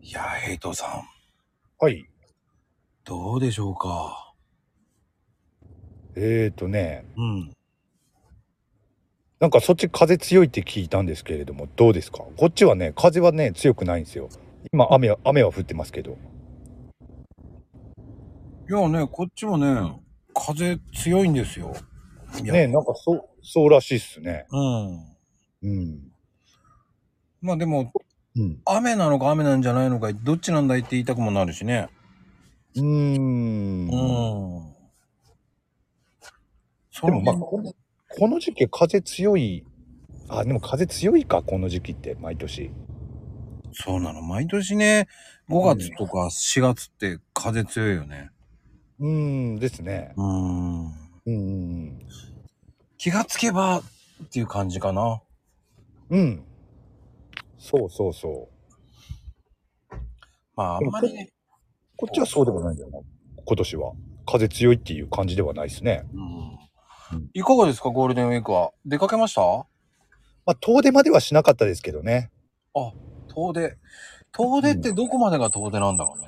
いやー、平等さん、はい。どうでしょうか。えーとね、うん。なんかそっち風強いって聞いたんですけれども、どうですかこっちはね、風はね、強くないんですよ。今、雨は、雨は降ってますけど。いやね、こっちもね、風強いんですよ。いやね、なんかそう、そうらしいっすね。うん。うん。まあでも、うん。雨なのか雨なんじゃないのか、どっちなんだいって言いたくもなるしね。うーん。うん。でそのもまあ、辺このこの時期風強い。あ、でも風強いか、この時期って、毎年。そうなの。毎年ね、5月とか4月って風強いよね。うーんですね。うん。うんうん気がつけばっていう感じかな。うん。うん。そうそうそう。まああんまりね。こっちはそうでもないんだよな。今年は。風強いっていう感じではないですね。うん。いかがですか、ゴールデンウィークは。出かけましたまあ、遠出まではしなかったですけどね。遠出。遠出ってどこまでが遠出なんだろうね。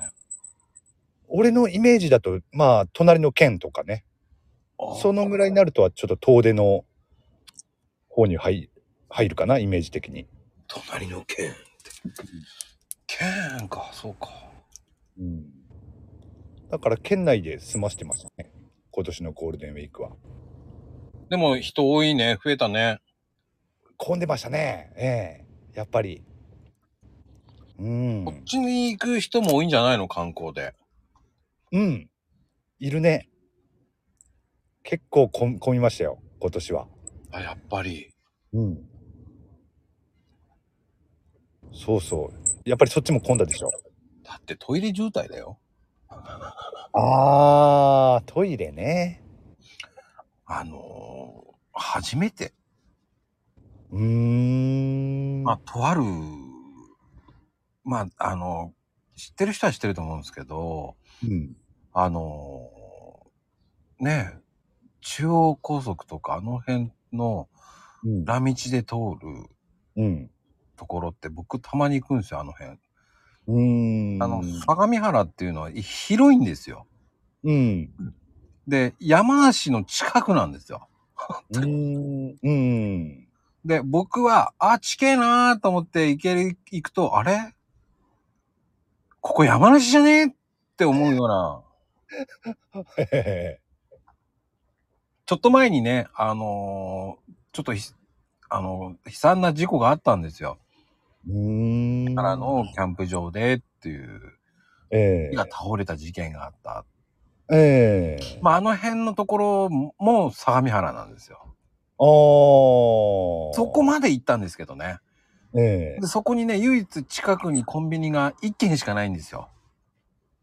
俺のイメージだと、まあ、隣の県とかね。そのぐらいになるとは、ちょっと遠出の方に入入るかな、イメージ的に。隣の県って。県か、そうか。うん。だから、県内で済ませてましたね。今年のゴールデンウィークは。でも人多いね、増えたね。混んでましたね。ええやっぱり。うこっん。ちに行く人も多いんじゃないの、観光で。うん。いるね。結構混混みましたよ、今年は。あ、やっぱり。うん。そうそう。やっぱりそっちも混んだでしょ。だってトイレ渋滞だよ。あー、トイレね。あのー初めて、うーん。まあ、とある、まあ、あの知ってる人は知ってると思うんですけど、うん。あのーねえ、中央高速とかあの辺のうん。裏道で通るうん。ところって僕たまに行くんですよ、あの辺。うーん。あの、相模原っていうのは広いんですよ。うん。で、山梨の近くなんですよ。うーん。うん。で、僕は、あ、近えなーと思って行ける、行くと、あれここ山梨じゃねって思うような。へへへちょっと前にね、あのーちょっとひ、あのー悲惨な事故があったんですよ。うーん。からの、キャンプ場でっていう、ええ木が倒れた事件があった。ええまあ、あの辺のところも相模原なんですよ。あー。そこまで行ったんですけどね。ええでそこにね、唯一近くにコンビニが1軒しかないんですよ。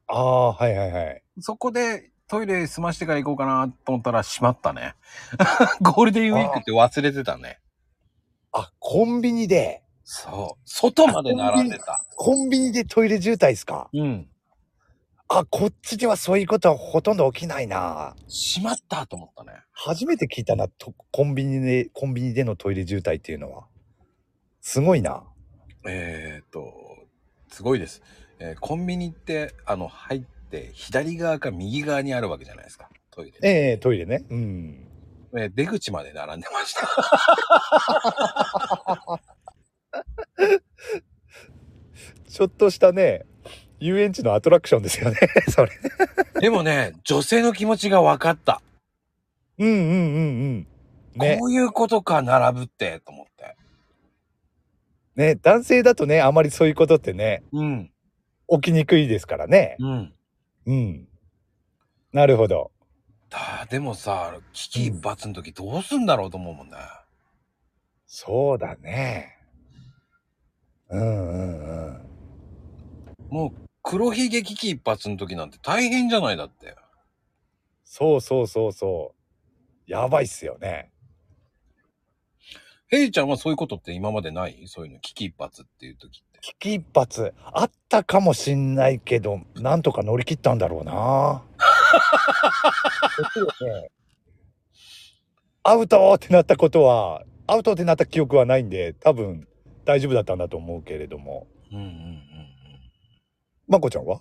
あー、はいはいはい。そこでトイレ済ましてから行こうかなと思ったら閉まったね。 ゴールデンウィークって忘れてたね。あ、コンビニで、そう。外まで並んでた。コンビニでトイレ渋滞ですかうん。あ、こっちではそういうことはほとんど起きないな。閉まったと思ったね。初めて聞いたな、とコンビニで、コンビニでのトイレ渋滞っていうのは。すごいな。えー、っと、すごいです。えーコンビニって、あの、入って、左側か右側にあるわけじゃないですか、トイレ。ええトイレね。うん。えー出口まで並んでました。ちょっとしたね、遊園地のアトラクションですよね、 それ。でもね、女性の気持ちが分かった。うんうんうんうん。ねこ、ういうことか、並ぶって、と思って。ね、男性だとね、あまりそういうことってね、うん。起きにくいですからね。うん。うん。なるほど。だでもさ、危機一髪の時どうすんだろうと思うもんね。そうだね。うんうんうん。もう、黒ひげ危機一髪の時なんて大変じゃないだって。そうそうそうそう。やばいっすよね。ヘイちゃんはそういうことって今までないそういうの、危機一髪っていう時って。危機一髪あったかもしんないけどなんとか乗り切ったんだろうなですよねアウトってなったことはアウトってなった記憶はないんで多分大丈夫だったんだと思うけれどもうんうんうんうん。まこちゃんは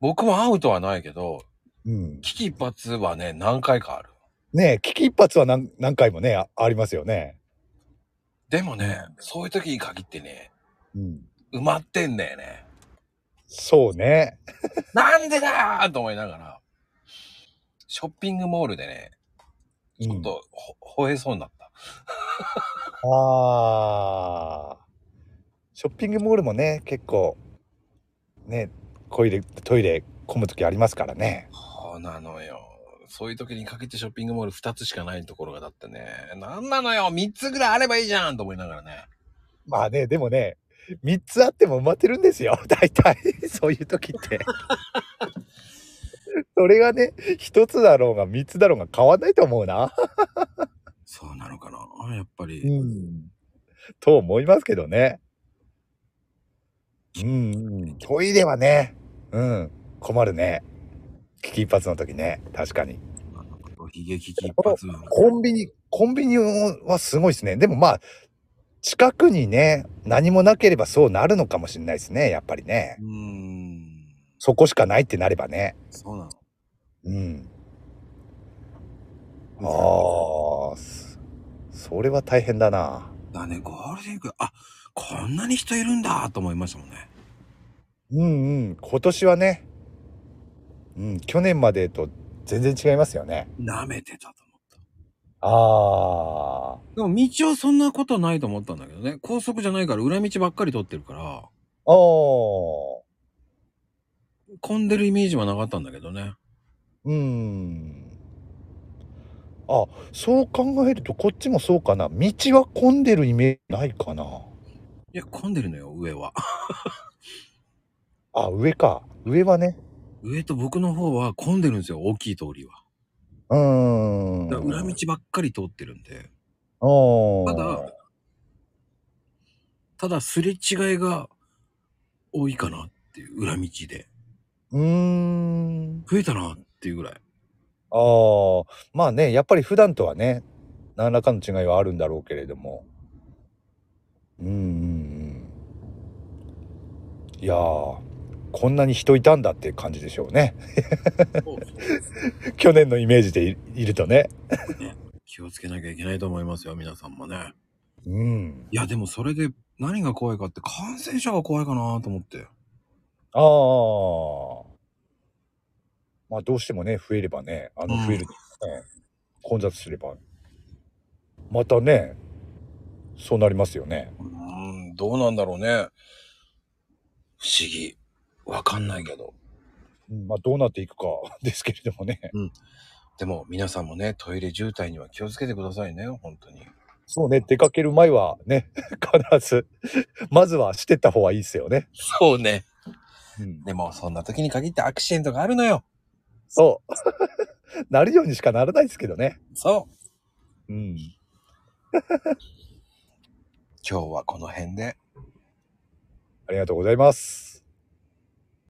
僕も会うとはないけど、うん。危機一髪はね、何回かある。ねえ、危機一髪は何何回もねあ、ありますよね。でもね、そういう時に限ってね、うん。埋まってんだよね。そうね。なんでだーと思いながら、ショッピングモールでね、ちょっとほ、吠えそうになった。うん、ああ。ショッピングモールもね、結構、ね、トイレ、トイレ混む時ありますからね。そうなのよ。そういう時に限ってショッピングモール2つしかないところがだってね、なんなのよ !3 つぐらいあればいいじゃんと思いながらね。まあね、でもね、3つあっても埋まってるんですよ。 大体、そういう時って。 それがね、1つだろうが3つだろうが変わんないと思うな。そうなのかなやっぱり。ん。と思いますけどね。うん、うん。トイレはね、うん、困るね。危機一髪の時ね、確かに。おひげ危機一髪は。コンビニ、コンビニはすごいですね。でもまあ、近くにね、何もなければそうなるのかもしれないですね、やっぱりねう。ーん。そこしかないってなればね。そうなの。うん。ああ、すそれは大変だな。だね、ゴールデンウィーク、あ、こんなに人いるんだと思いましたもんね。うんうん、今年はね、うん、去年までと全然違いますよね。舐めてたと思った。ああ、でも道はそんなことないと思ったんだけどね。高速じゃないから裏道ばっかり通ってるから、おー、混んでるイメージはなかったんだけどね。うん。あ、そう考えるとこっちもそうかな。道は混んでるイメージないかな。いや、混んでるのよ、上は。あ、上か。上はね。上と僕の方は混んでるんですよ、大きい通りは。うーん。だから裏道ばっかり通ってるんで。おたー。だ、ただすれ違いが多いかなっていう、裏道で。うーん。増えたなっていうぐらい。ああ、まあね、やっぱり普段とはね、何らかの違いはあるんだろうけれども。うんうんうん。いやー、こんなに人いたんだって感じでしょうね。 去年のイメージでいいるとね。気をつけなきゃいけないと思いますよ、皆さんもね。うん。いや、でもそれで何が怖いかって感染者が怖いかなと思って。ああ。まあどうしてもね、増えればね、あのうん増える、ね混雑すれば。またね、そうなりますよね。うーん、どうなんだろうね。不思議。わかんないけど。うんまあどうなっていくか ですけれどもね。でも皆さんもね、トイレ渋滞には気をつけてくださいね、本当に。そうね、出かける前はね、 必ず、まずはしてった方がいいですよね。そうね。うん、でもそんな時に限ってアクシデントがあるのよ。そう。 なるようにしかならないですけどね。そう。うん。今日はこの辺で。ありがとうございます。